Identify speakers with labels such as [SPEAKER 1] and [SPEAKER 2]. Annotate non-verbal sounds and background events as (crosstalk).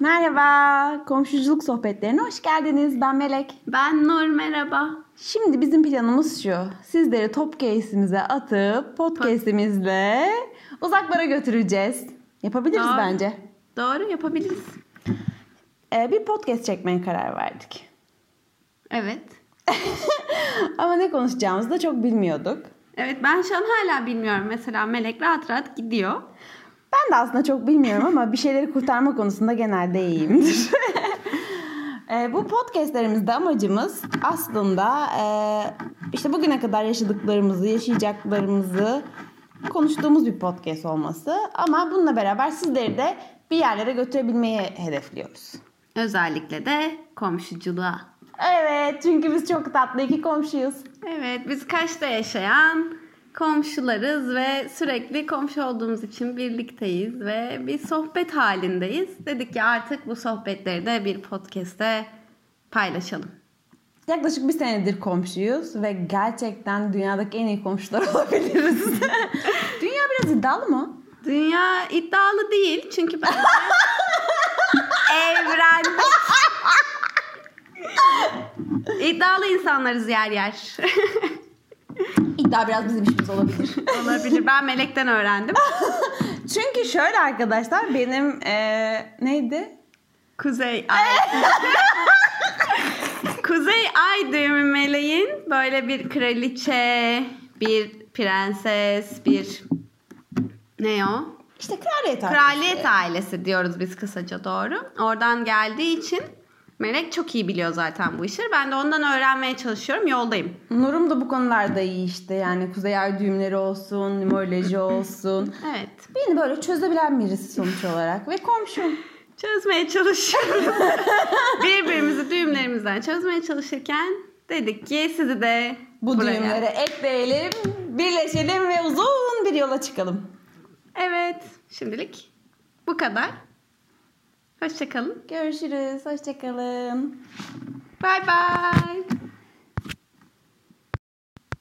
[SPEAKER 1] Merhaba, komşuculuk sohbetlerine hoş geldiniz. Ben Melek.
[SPEAKER 2] Ben Nur merhaba.
[SPEAKER 1] Şimdi bizim planımız şu. Sizleri top case'imize atıp podcast'imizle uzaklara götüreceğiz. Yapabiliriz
[SPEAKER 2] Doğru.
[SPEAKER 1] bence.
[SPEAKER 2] Doğru yapabiliriz.
[SPEAKER 1] Ee, bir podcast çekmeye karar verdik.
[SPEAKER 2] Evet.
[SPEAKER 1] Ama ne konuşacağımızı da çok bilmiyorduk.
[SPEAKER 2] Evet ben şu an hala bilmiyorum. Mesela Melek rahat rahat gidiyor.
[SPEAKER 1] Ben de aslında çok bilmiyorum ama bir şeyleri kurtarma konusunda genelde (laughs) iyiyimdir. Ee, bu podcastlerimizde amacımız aslında e, işte bugüne kadar yaşadıklarımızı, yaşayacaklarımızı konuştuğumuz bir podcast olması. Ama bununla beraber sizleri de bir yerlere götürebilmeyi hedefliyoruz.
[SPEAKER 2] Özellikle de komşuculuğa.
[SPEAKER 1] Evet çünkü biz çok tatlı iki komşuyuz.
[SPEAKER 2] Evet biz Kaş'ta yaşayan komşularız ve sürekli komşu olduğumuz için birlikteyiz ve bir sohbet halindeyiz. Dedik ki artık bu sohbetleri de bir podcast'te paylaşalım.
[SPEAKER 1] Yaklaşık bir senedir komşuyuz ve gerçekten dünyadaki en iyi komşular (laughs) olabiliriz. Dünya biraz iddialı mı?
[SPEAKER 2] Dünya iddialı değil çünkü ben evrende iddialı insanlarız yer yer.
[SPEAKER 1] İddia biraz bizim işimiz olabilir.
[SPEAKER 2] Olabilir. Ben Melek'ten öğrendim.
[SPEAKER 1] (laughs) Çünkü şöyle arkadaşlar benim eee, neydi?
[SPEAKER 2] Kuzey Ay. Kuzey Ay düğümü Meleğin böyle bir kraliçe, bir prenses, bir ne o?
[SPEAKER 1] İşte kraliyet ailesi.
[SPEAKER 2] Kraliyet ailesi diyoruz biz kısaca doğru. Oradan geldiği için Melek çok iyi biliyor zaten bu işi. Ben de ondan öğrenmeye çalışıyorum. Yoldayım.
[SPEAKER 1] Nurum da bu konularda iyi işte yani kuzey ay düğümleri olsun, numeroloji olsun.
[SPEAKER 2] Evet.
[SPEAKER 1] Beni böyle çözebilen birisi sonuç olarak ve komşum.
[SPEAKER 2] Çözmeye çalışıyoruz. Birbirimizi düğümlerimizden çözmeye çalışırken dedik ki sizi de
[SPEAKER 1] Bu
[SPEAKER 2] buraya-
[SPEAKER 1] düğümleri ekleyelim, birleşelim ve uzun bir yola çıkalım.
[SPEAKER 2] Evet. Şimdilik bu kadar. Hoşçakalın.
[SPEAKER 1] Görüşürüz, hoşçakalın.
[SPEAKER 2] Bay bay.